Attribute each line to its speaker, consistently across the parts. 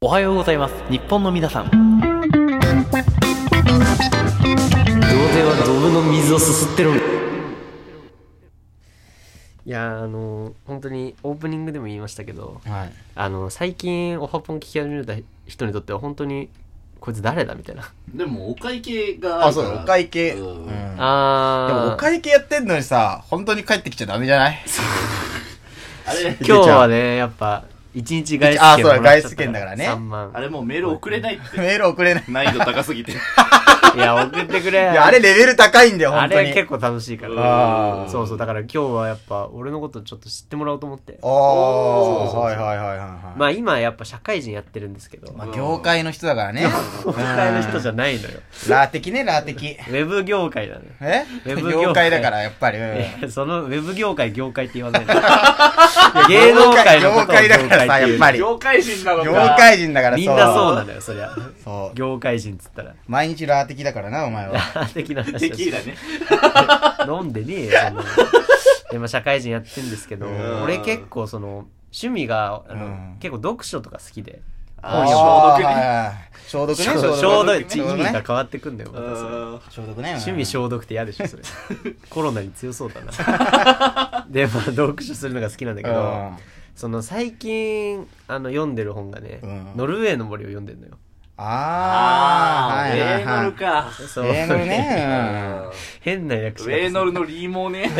Speaker 1: おはようございます日本の皆さん
Speaker 2: 童貞はドブの水をすすってるいやーあのー本当にオープニングでも言いましたけど
Speaker 3: はい
Speaker 2: あの最近オハポン聞き始めた人にとっては本当にこいつ誰だみたいな、
Speaker 4: でもお会計が
Speaker 3: あ
Speaker 4: ある
Speaker 3: そ
Speaker 4: か
Speaker 3: うだ
Speaker 4: ら
Speaker 3: お会計
Speaker 4: う
Speaker 3: うんんで
Speaker 2: あ
Speaker 3: もお会計やってんのにさ本当に帰ってきちゃダメじゃない
Speaker 4: あれ
Speaker 2: 今日はねやっぱ一日外出
Speaker 3: あー
Speaker 2: 券もらっちゃった
Speaker 3: そうだ外出券だからね
Speaker 2: 3万
Speaker 4: あれもうメール送れないって
Speaker 3: メール送 れない
Speaker 4: 難易度高すぎて
Speaker 2: いや送ってくれ
Speaker 3: いやあれレベル高いんだよ
Speaker 2: あ
Speaker 3: 本当
Speaker 2: れ
Speaker 3: に
Speaker 2: 結構楽しいか
Speaker 4: う
Speaker 2: ら
Speaker 3: あー
Speaker 2: そうそうだから今日はやっぱ俺のことちょっと知ってもらおうと思って
Speaker 3: ああ
Speaker 2: そうそうそう
Speaker 3: はいはいはいはいはい
Speaker 2: まあ今やっぱ社会人やってるんですけど
Speaker 3: まあ業界の人だからね
Speaker 2: 業
Speaker 3: 業
Speaker 2: 界の人じゃないのよ
Speaker 3: ラー的ねラー的
Speaker 2: ウェブ業界なのよ
Speaker 3: え
Speaker 2: ウェブ業界
Speaker 3: 業界だからやっぱりうん
Speaker 2: いやそのウェブ業界業界って言わないの芸能界のことを
Speaker 3: 業界だからさ
Speaker 2: 業界って言
Speaker 3: や
Speaker 2: う
Speaker 3: っぱり業
Speaker 4: 業界人なのか
Speaker 3: 界人だから
Speaker 2: みんなそうな
Speaker 3: ね
Speaker 2: のよそりゃ
Speaker 3: そう
Speaker 2: 業界人っつったら
Speaker 3: 毎日ラー的だからなお前は
Speaker 2: 的な話
Speaker 4: テ
Speaker 2: を
Speaker 4: キ
Speaker 2: し
Speaker 4: ー
Speaker 2: て
Speaker 4: ラ ね
Speaker 2: 飲んでねえよそんなのでまあ社会人やってんですけど
Speaker 3: ん
Speaker 2: 俺結構その趣味があの、
Speaker 3: うん
Speaker 2: 結構読書とか好きで
Speaker 4: あ
Speaker 3: あ
Speaker 4: 消毒
Speaker 3: ー
Speaker 4: ね
Speaker 3: はいはい消毒ね
Speaker 2: 消毒
Speaker 3: 消毒ね
Speaker 2: ち意味が変わってくんだよ、またそれ
Speaker 4: うん
Speaker 3: 消毒ね
Speaker 2: 趣味消毒って嫌でしょ それコロナに強そうだなでまあ読書するのが好きなんだけど、
Speaker 3: うん
Speaker 2: その最近あの読んでる本がね、
Speaker 3: うん
Speaker 2: ノルウェーの森を読んでんのよ
Speaker 3: あ
Speaker 4: あ
Speaker 3: ー
Speaker 4: ー
Speaker 3: はいはい
Speaker 4: ウェーノ
Speaker 3: は
Speaker 4: ル
Speaker 3: い
Speaker 4: か
Speaker 2: そう
Speaker 3: 英語
Speaker 4: うん
Speaker 3: ね
Speaker 4: ウ
Speaker 2: 変な略し
Speaker 4: ェーノル
Speaker 2: の
Speaker 4: のリーモー ね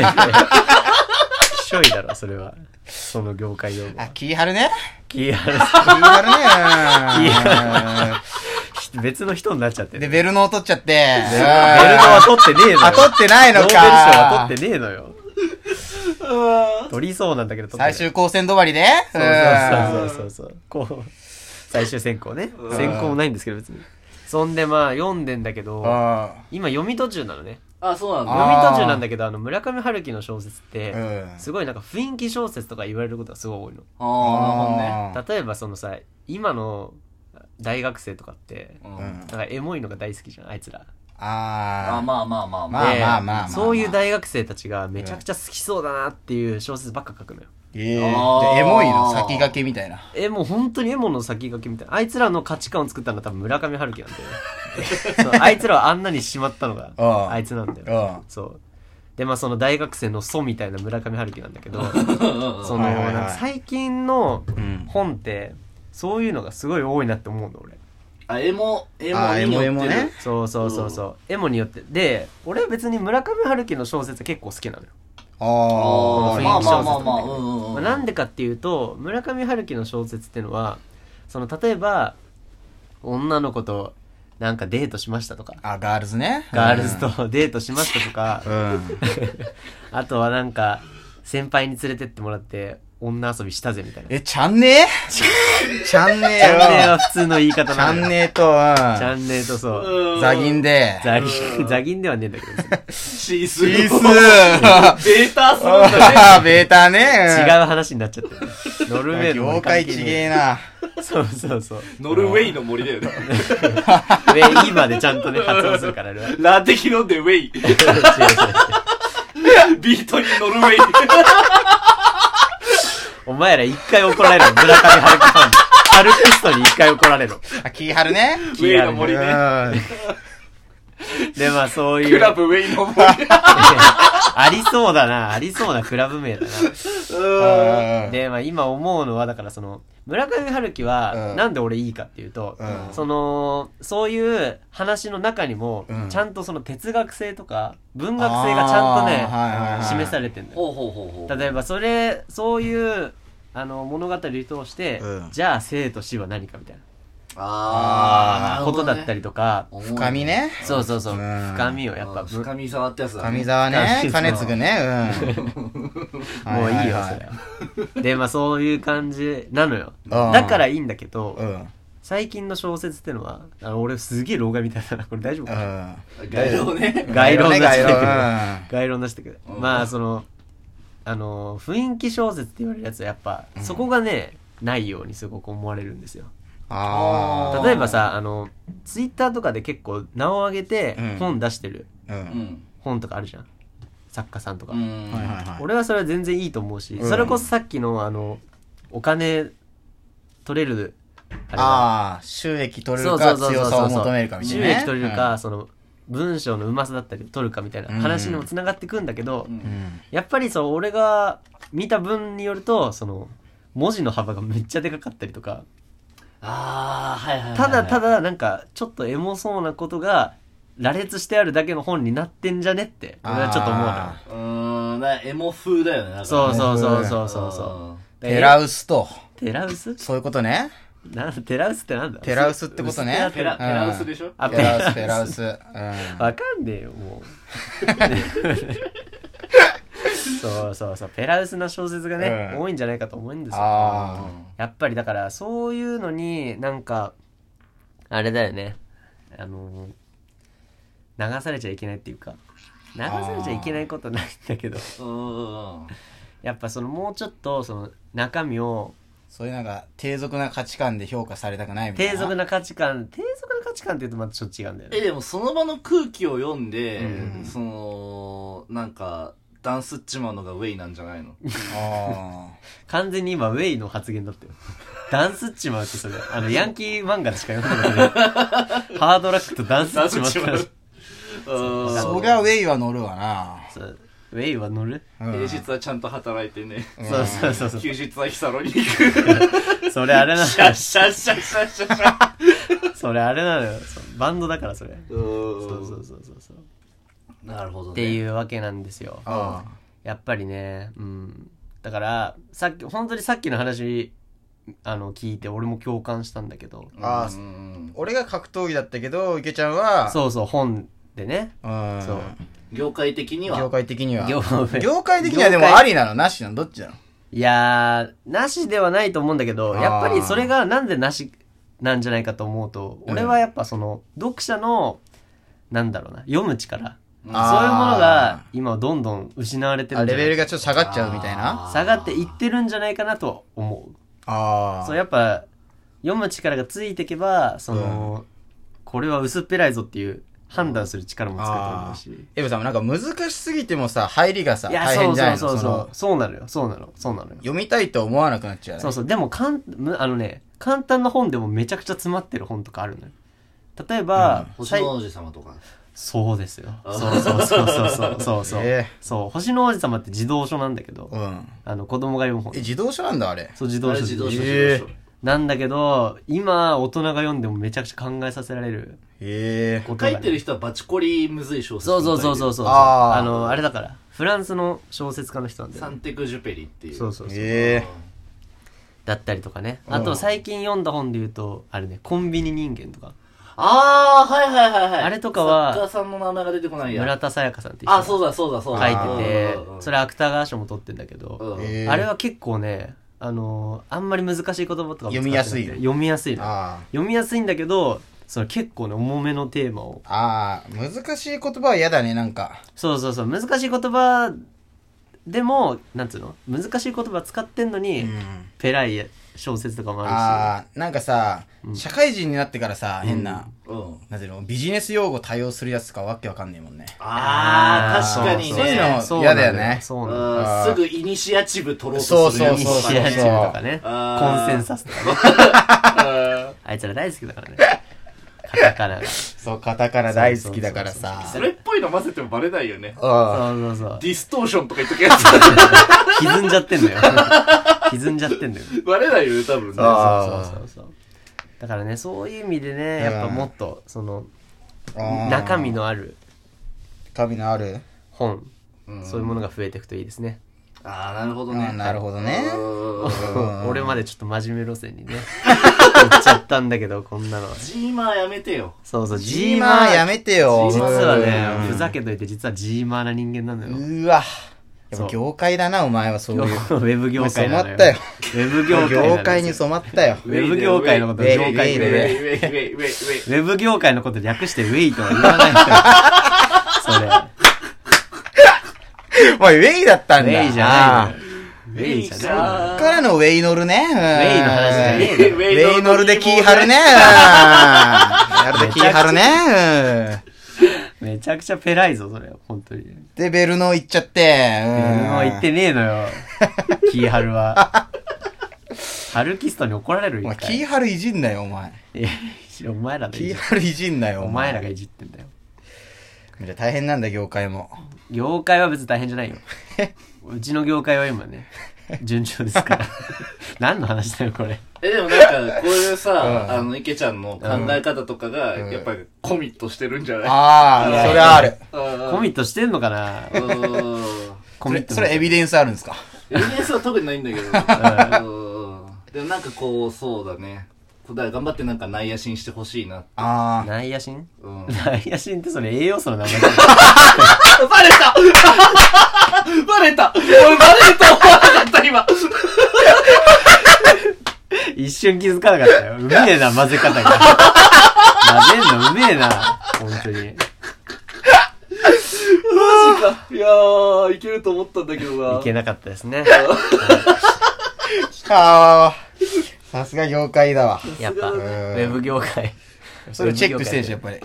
Speaker 2: しょいだろそれはその業界用語
Speaker 3: うんあ気張るね
Speaker 2: 気合
Speaker 3: 気張るね
Speaker 2: い別の 人になっちゃって
Speaker 3: うん
Speaker 2: る
Speaker 3: でベルノー取っちゃってベルノ
Speaker 2: ベルトは取ってねえのよ
Speaker 3: あ取ってないのか
Speaker 2: ノーベル賞は取ってねえの よ取りそうなんだけど取ってない
Speaker 3: 最終高専止まりで
Speaker 2: そうそうそうそうそうこう最終選考ね選考もないんですけど別にそんでまあ読んでんだけ
Speaker 3: うん
Speaker 2: ど今読み途中なのね
Speaker 4: あそうなんだ
Speaker 2: 読
Speaker 3: あ
Speaker 2: み
Speaker 3: ー
Speaker 2: 途中なんだけどあの村上春樹の小説って
Speaker 3: うん
Speaker 2: すごいなんか雰囲気小説とか言われることがすごい多いの
Speaker 4: あーなるほどね
Speaker 2: 例えばそのさ今の大学生とかって
Speaker 4: う
Speaker 3: うんん
Speaker 2: なんかエモいのが大好きじゃんあいつら
Speaker 3: あ
Speaker 4: あ
Speaker 3: ー
Speaker 4: まあまあまあまあ
Speaker 3: まあ
Speaker 2: で
Speaker 3: まあまあまあ
Speaker 2: そういう大学生たちがめちゃくちゃ好きそうだなっていう小説ばっか書くのよ
Speaker 3: ええ
Speaker 4: あー
Speaker 3: じゃあエモいの先駆けみたいな
Speaker 2: えもう本当にエモの先駆けみたいなあいつらの価値観を作ったのは多分村上春樹なんだよね そうあいつらはあんなにしまったのが
Speaker 3: うん
Speaker 2: あいつなんだ
Speaker 3: う
Speaker 2: よ
Speaker 3: ん
Speaker 2: そうでまあその大学生の祖みたいな村上春樹なんだけ どその
Speaker 3: はいはいはい
Speaker 2: なんか最近の
Speaker 3: ん
Speaker 2: 本ってそういうのがすごい多いなって思うの俺
Speaker 4: あエモエ
Speaker 3: あーエモ
Speaker 4: モ
Speaker 3: エ
Speaker 4: に寄
Speaker 3: モ
Speaker 4: ってる
Speaker 3: ね
Speaker 2: そうそうそうそうエモによってで俺は別に村上春樹の小説結構好きなのよ
Speaker 3: あ
Speaker 2: ー
Speaker 3: あ
Speaker 4: まあまあまあまあ
Speaker 2: 雰囲気小説とかね
Speaker 4: う
Speaker 2: ま
Speaker 4: んうん
Speaker 2: あ
Speaker 4: うん
Speaker 2: なんでかっていうと村上春樹の小説ってのはその例えば女の子となんかデートしましたとか
Speaker 3: あガールズね
Speaker 2: ガールズと デートしましたとか
Speaker 3: う、ん
Speaker 2: あとはなんか先輩に連れてってもらって女遊びしたぜみたいな。
Speaker 3: えちゃんねえちゃん
Speaker 2: チャ
Speaker 3: ねえ
Speaker 2: ンネル
Speaker 3: よ
Speaker 2: は普通の言い方
Speaker 3: ち
Speaker 2: な
Speaker 3: ゃ
Speaker 2: の
Speaker 3: ん
Speaker 2: よ。
Speaker 3: ねえと
Speaker 2: チャ
Speaker 3: う
Speaker 2: ンネルとそう。
Speaker 3: んザギンで
Speaker 2: ザギン、ザギンではねえんだけど別に。
Speaker 4: シース
Speaker 3: ピース
Speaker 4: ベータするんだね
Speaker 3: あー ベータね
Speaker 2: 違う話になっちゃってる。ノルウェーの
Speaker 3: 業界ちげえな
Speaker 2: な。そうそうそう。
Speaker 4: ノルウェイの森だよね
Speaker 2: ウ ェイまでちゃんとね、発音するから ね。
Speaker 4: ラテキ飲んでウェ イ
Speaker 2: 違う違う違う
Speaker 4: ビートにノルウ ェイ
Speaker 2: お前ら一回怒られろ、村上春樹ファンに。ハルキストに一回怒られろ。
Speaker 3: あ気張るね
Speaker 4: ウェイの森ね
Speaker 3: う
Speaker 2: で、まあそういう。
Speaker 4: クラブウェイの森
Speaker 2: ありそうだな、ありそうなクラブ名だな。
Speaker 3: ん
Speaker 2: で、まあ今思うのは、だからその、村上春樹は、
Speaker 3: うん
Speaker 2: なんで俺いいかっていうと、
Speaker 3: うん
Speaker 2: その、そういう話の中にも、
Speaker 3: うん
Speaker 2: ちゃんとその哲学性とか、文学性がちゃんとね、
Speaker 3: あーはいはいはい
Speaker 2: 示されてんだよ。
Speaker 4: ほうほうほうほう
Speaker 2: 例えばそれそういうあの物語を通して、
Speaker 3: うん
Speaker 2: じゃあ生と死は何かみたい
Speaker 4: あ
Speaker 3: あ
Speaker 4: あ
Speaker 2: なことだった
Speaker 4: り
Speaker 2: りとか、
Speaker 3: 深みね
Speaker 2: そうそうそう、
Speaker 3: うん
Speaker 2: 深みをや
Speaker 4: や
Speaker 2: っ
Speaker 4: っ
Speaker 2: ぱ
Speaker 4: ぱ
Speaker 2: ぶ
Speaker 4: 深み触ったやつだね
Speaker 3: 上沢ね
Speaker 2: 深
Speaker 3: 金
Speaker 2: み
Speaker 3: 継ねうん
Speaker 2: もういいよ
Speaker 3: ははは
Speaker 2: それはでまあそういう感じなのよ
Speaker 3: うん
Speaker 2: だからいいんだけど、
Speaker 3: うんうん
Speaker 2: 最近の小説ってのはあの俺すげえ老害みたいだなこれ大丈夫かな
Speaker 4: 外郎ね
Speaker 2: 概論出してくる
Speaker 3: 概論ね
Speaker 2: 概論出してくる、
Speaker 4: うん
Speaker 2: まあそのあの雰囲気小説って言われるやつはやっぱ、そこがねないようにすごく思われるんですよ
Speaker 3: あ
Speaker 2: 例えばさあのツイッターとかで結構名を挙げて
Speaker 3: うん
Speaker 2: 本出してる
Speaker 3: あう
Speaker 4: うんん
Speaker 2: 本とかあるじゃん作家さんとか、
Speaker 4: うん
Speaker 3: はいはいはい
Speaker 2: 俺はそれは全然いいと思うし、
Speaker 3: うん
Speaker 2: それこそさっきのあのお金取れるれは
Speaker 3: ああ、収益取れ
Speaker 2: そ
Speaker 3: る
Speaker 2: うそ
Speaker 3: か
Speaker 2: うそうそう
Speaker 3: 強さを求めるかみたいなね。
Speaker 2: 収益取れるか、その文章のうまさだったりを取るかみたいな話にもつながってくんだけど、
Speaker 3: うん。うん。
Speaker 2: やっぱりそう俺が見た分によるとその文字の幅がめっちゃでかかったりとか
Speaker 4: ああ、はいはいはい。
Speaker 2: ただた、だなんかちょっとエモそうなことが羅列してあるだけの本になってんじゃねって俺はちょっと思うな
Speaker 3: あ
Speaker 4: うーん、なエモ風だよね、なんかね
Speaker 2: そうそうそうそうそうそう
Speaker 4: うん
Speaker 3: ー。テラ
Speaker 2: ウ
Speaker 3: ウスと、
Speaker 2: テラウス
Speaker 3: そういうことね。
Speaker 2: なんテラウスってなんだ
Speaker 3: テラウスってことね。
Speaker 4: ペラ、ペラウスでしょ
Speaker 2: あ
Speaker 3: テラウス、
Speaker 2: ペ
Speaker 3: ペ
Speaker 2: ラ
Speaker 3: ラ
Speaker 2: ウ
Speaker 3: ウス。うん。
Speaker 2: わかんねえよも うそうそうそうペラウスの小説がね、
Speaker 3: うん
Speaker 2: 多いんじゃないかと思うんですよ
Speaker 3: あ
Speaker 2: やっぱりだからそういうのになんかあれだよねあの流されちゃいけないっていうか流されちゃいけないことないんだけど
Speaker 4: うんうんうん。
Speaker 2: やっぱそのもうちょっとその中身を
Speaker 3: あ。そういうなんか、低俗な価値観で評価されたくないみたいな。
Speaker 2: 低俗な価値観低俗な価値観って言うとまたちょっと違うんだよ
Speaker 4: え、
Speaker 2: ね
Speaker 4: でもその場の空気を読んで、
Speaker 2: うん
Speaker 4: その、なんか、ダンスっちまうのがウェイなんじゃない の
Speaker 3: あ
Speaker 2: 完全に今ウェイの発言だったよダンスっちまうってそれあのヤンキー漫画でしか読んだことないハードラックとダンスっちまうって
Speaker 4: ダンスっう
Speaker 3: あ。
Speaker 4: ん
Speaker 3: そりゃウェイは乗るわな。
Speaker 2: そうウェイは乗る、
Speaker 3: うん
Speaker 4: 平日はちゃんと働いてね。
Speaker 2: そうそうそうそう
Speaker 4: 休日はヒサロに行く。
Speaker 2: それあれなの
Speaker 4: シャッシャッシャッシャッシャッシャッ。
Speaker 2: それあれなのよそうバンドだからそれ
Speaker 4: そ
Speaker 2: そうそうそうそうそうっ
Speaker 4: う。なるほどね。。
Speaker 2: ていううわけなんですよ
Speaker 3: あ
Speaker 2: やっぱりねうんだからさっき本当にさっきの話あの聞いて俺も共感したんだけど
Speaker 3: あー俺が格闘技だったけど、池ちゃんは、
Speaker 2: そうそう本でね
Speaker 3: うん。
Speaker 2: そう
Speaker 4: 業界的には。
Speaker 3: 業界的には。
Speaker 2: 業 界
Speaker 3: 業界的にはでもありなのなしなのどっちなの
Speaker 2: いやーなしではないと思うんだけど
Speaker 3: あー
Speaker 2: やっぱりそれがなんでなしなんじゃないかと思うと
Speaker 3: うん
Speaker 2: 俺はやっぱその読者のなんだろうな読む力そういうもの
Speaker 3: あー
Speaker 2: が今どんどん失われてる
Speaker 3: あ
Speaker 2: んじ
Speaker 3: レ
Speaker 2: ゃな
Speaker 3: ベル
Speaker 2: い
Speaker 3: がちょっと下がっちゃうみたいな。
Speaker 4: あー
Speaker 2: 下がっていってるんじゃないかなとは思う
Speaker 3: あ
Speaker 2: そうやっぱ読む力がついていけばその、これは薄っぺらいぞっていう判断する力もつくと思うし
Speaker 3: エブさんもなんか難しすぎてもさ、入りがさ、
Speaker 2: いや
Speaker 3: 大
Speaker 2: そ
Speaker 3: 変
Speaker 2: う
Speaker 3: じゃない
Speaker 2: そう
Speaker 3: の
Speaker 2: そう
Speaker 3: そ
Speaker 2: そう
Speaker 3: の
Speaker 2: そうなのよそうなのそうなのよ
Speaker 3: 読みたいと思わなくなっちゃうね。
Speaker 2: そうそうでもかんむあのね簡単な本でもめちゃくちゃ詰まってる本とかあるのよ例えば、さ
Speaker 4: 星
Speaker 2: い
Speaker 4: の王子様とか。
Speaker 2: そうですよ
Speaker 4: あ
Speaker 2: そうそうそうそうそうそうそう,、
Speaker 3: ええ
Speaker 2: そう星の王子様って児童書なんだけど、
Speaker 3: うん。
Speaker 2: あの子供が読む本
Speaker 3: え、自動車なんだあれ。
Speaker 2: そう児
Speaker 4: あ
Speaker 2: 童
Speaker 4: れ
Speaker 2: 書
Speaker 4: 自動
Speaker 3: え
Speaker 4: 車
Speaker 3: ー
Speaker 4: 自動車
Speaker 2: なんだけど今大人が読んでもめちゃくちゃ考えさせられる
Speaker 3: へえ。
Speaker 2: ことがね
Speaker 4: 書いてる人はバチコリむずい小説。
Speaker 2: そうそうそうそううそう
Speaker 3: あ
Speaker 2: あ
Speaker 3: ー
Speaker 2: のあれだからフランスの小説家の人なんだ
Speaker 4: サ
Speaker 2: よ、ね
Speaker 4: ン、テク・ジュペリっていう。
Speaker 2: そうそうそう
Speaker 3: へえ。
Speaker 2: だったりとかねあと最近読んだ本で言うとあれね「コンビニ人間」とか
Speaker 4: ああ、はいはいはいはい。
Speaker 2: あれとかは
Speaker 4: 作家さんの名前が出てこないや。
Speaker 2: 村田沙耶香さんって人
Speaker 4: あ、
Speaker 2: が
Speaker 4: そうだそうだそうだ。
Speaker 2: 書いてて
Speaker 4: うんうんうん
Speaker 2: それ芥川賞も取ってんだけど、
Speaker 4: うん
Speaker 3: えー
Speaker 2: あれは結構ねあのあんまり難しい言葉とかも使ってなくて
Speaker 3: 読みやすいよ
Speaker 2: 読みやすいの
Speaker 3: あ
Speaker 2: 読みやすいんだけどその結構ね重めのテーマを
Speaker 3: あ。ああ、難しい言葉は嫌だね、なんか。
Speaker 2: そうそうそう難しい言葉でもなんつうの難しい言葉使ってんのに、
Speaker 3: うん。
Speaker 2: ペライ小説とかもあるし
Speaker 3: ああ、なんかさ、社会人になってからさ、変な、
Speaker 4: うん。
Speaker 3: なんていうの、ビジネス用語対応するやつとかわけわかんないもんね。
Speaker 4: ああ、
Speaker 2: ー
Speaker 4: 確かに
Speaker 3: そうそういうの
Speaker 4: ね。
Speaker 2: そう
Speaker 3: 嫌だよね
Speaker 2: そうなのよ
Speaker 4: うん
Speaker 3: あー
Speaker 4: すぐイニシアチブ取ろうとするやつ
Speaker 2: イ
Speaker 3: そ
Speaker 2: ニ
Speaker 3: うそうそう
Speaker 2: シアチブとかね。コ
Speaker 4: あー
Speaker 2: ンセンサスとかね。 あいつら大好きだからね。カタカナが。そ
Speaker 3: そう、カタカナ大好きだからさ。
Speaker 4: それっぽいの混ぜてもバレないよね。
Speaker 3: あ
Speaker 2: うそう そう。
Speaker 4: ディストーションとか言っときやつ。
Speaker 2: 歪んじゃってんのよ。歪んじゃってんのよ。
Speaker 4: バレないよね、多分ね。
Speaker 3: あー
Speaker 2: そうそうそうそう。だからね、そういう意味でね、やっぱもっと、その、
Speaker 3: あ。
Speaker 2: 中身。のある
Speaker 3: 中身のある
Speaker 2: 本、
Speaker 4: うん
Speaker 2: そういうものが増えていくといいですね。
Speaker 4: ああ、なるほど
Speaker 3: う
Speaker 4: ね。
Speaker 3: んなるほどね。
Speaker 4: うん
Speaker 3: ん
Speaker 2: 俺までちょっと真面目路線にね、行っちゃったんだけど、こんなのは。
Speaker 4: ジーマーやめてよ。
Speaker 2: そうそう、
Speaker 3: ジーマーやめてよ。
Speaker 2: 実はね、
Speaker 3: うん
Speaker 2: ふざけといて実はジーマーな人間なのよ。
Speaker 3: うわ。やっ
Speaker 2: そう
Speaker 3: ぱ業界だな、お前はそうい
Speaker 2: 業ウ
Speaker 3: う。
Speaker 2: ェブ業界なの
Speaker 3: 染まったよ
Speaker 2: ウェブ業界なのよ
Speaker 3: 業界に染まった よ。
Speaker 2: ウェブ業界のことを
Speaker 3: ウェ
Speaker 2: 業
Speaker 3: イ
Speaker 2: 界って言う
Speaker 4: ウェ
Speaker 3: ウ
Speaker 2: ね
Speaker 4: イウェイウェイウェイウェイ。
Speaker 2: ウェブ業界のこと略してウェイとは言わない
Speaker 3: おい、ウェイだったん
Speaker 2: の
Speaker 3: だ。
Speaker 2: よ。それ。ウェイじゃ
Speaker 3: あ
Speaker 2: ないのよ。ウェイじゃないのよ
Speaker 3: ーからのウェイ乗るね。ウェ
Speaker 2: イ
Speaker 3: イの
Speaker 2: の話じゃねえ
Speaker 3: ウェイ乗るでキー張るね。 やるでキー張るね。うん
Speaker 2: めちゃくちゃペライぞ、それ。本当に。
Speaker 3: で、ベルノー行っちゃって。
Speaker 2: もう言ってねえのよ。キーハルは。ハルキストに怒られる
Speaker 3: お
Speaker 2: よ
Speaker 3: 前、
Speaker 2: 一
Speaker 3: キ
Speaker 2: 回
Speaker 3: ーハルいじんなよ、お前。
Speaker 2: いやお前らがい
Speaker 3: キ
Speaker 2: じ
Speaker 3: ーハルいじんなよ、
Speaker 2: お前らがいじってんだよ
Speaker 3: じゃあ大変なんだ、業界も。
Speaker 2: 業界は別に大変じゃないようちの業界は今 ね順調ですから何の話だよこれ
Speaker 4: え、でもなんか、こういうさ、
Speaker 3: うん
Speaker 4: あの、池ちゃんの考え方とかが、やっぱりコミットしてるんじゃない
Speaker 3: ああ、それはある。
Speaker 2: コ
Speaker 4: コ
Speaker 2: ミットしてんのかな
Speaker 4: ット
Speaker 2: コミット
Speaker 3: それ、それエビデンスあるんですか
Speaker 4: エビデンスは特にないんだけど。うんでもなんかこう、そうだね。だから頑張ってなんか内野心してほしいな。
Speaker 3: あ
Speaker 2: 内野心
Speaker 4: うん。
Speaker 2: 内野心ってそれ栄養素の名前
Speaker 4: バレた バレた俺バレると思わなかった今
Speaker 2: 一瞬気づかなかったよ。うめえな、混ぜ方が。混ぜんのうめえな、本当に。
Speaker 4: いやー、いけると思ったんだけどない
Speaker 2: けなかったです ね。
Speaker 3: あ。ああ。さすが業界だわ。
Speaker 2: やっぱ、ウ
Speaker 4: うん
Speaker 2: ェブ業界。
Speaker 3: それチェックしてるでしょ、やっぱり。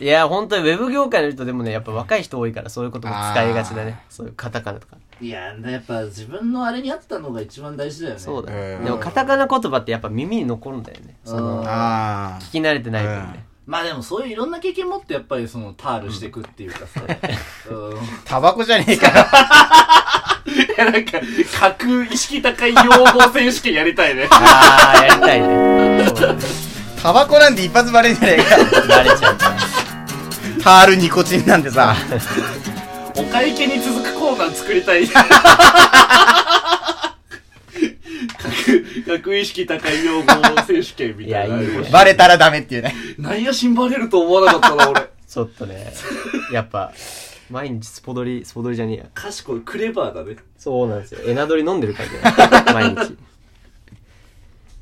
Speaker 2: いや、本当にウェブ業界の人でもね、やっぱ若い人多いから、そういうことも使いがちだね。そういうカタカナとか。
Speaker 4: いやー、やっぱ自分のあれに合ったのが一番大事だよね。
Speaker 2: そうだね
Speaker 3: う。ん
Speaker 2: でもカタカナ言葉ってやっぱ耳に残るんだよね。その、
Speaker 3: あ
Speaker 2: 聞き慣れてない分ね。
Speaker 4: まあでもそういういろんな経験持ってやっぱりそのタールしていくっていうかさ。うん。
Speaker 3: あ。タバコじゃねえか。
Speaker 4: いやなんか、格意識高い用語選手権やりたいね。
Speaker 2: あー、やりたい ね。そう
Speaker 3: タバコなんて一発バレんじゃねえか。
Speaker 2: バレちゃうから。
Speaker 3: タールニコチンなんてさ。
Speaker 4: お会計に続くコーナー作りたい。 格、格意識高い用語選手権みたいな。
Speaker 2: いやいいね
Speaker 3: バレたらダメっていうね。
Speaker 4: 内野心バレると思わなかったな、 俺。
Speaker 2: ちょっとね、やっぱ、毎日スポドリ、スポドリじゃねえや。
Speaker 4: 賢い、クレバーだね。
Speaker 2: そうなんですよ。エナドリ飲んでる感じだね毎日。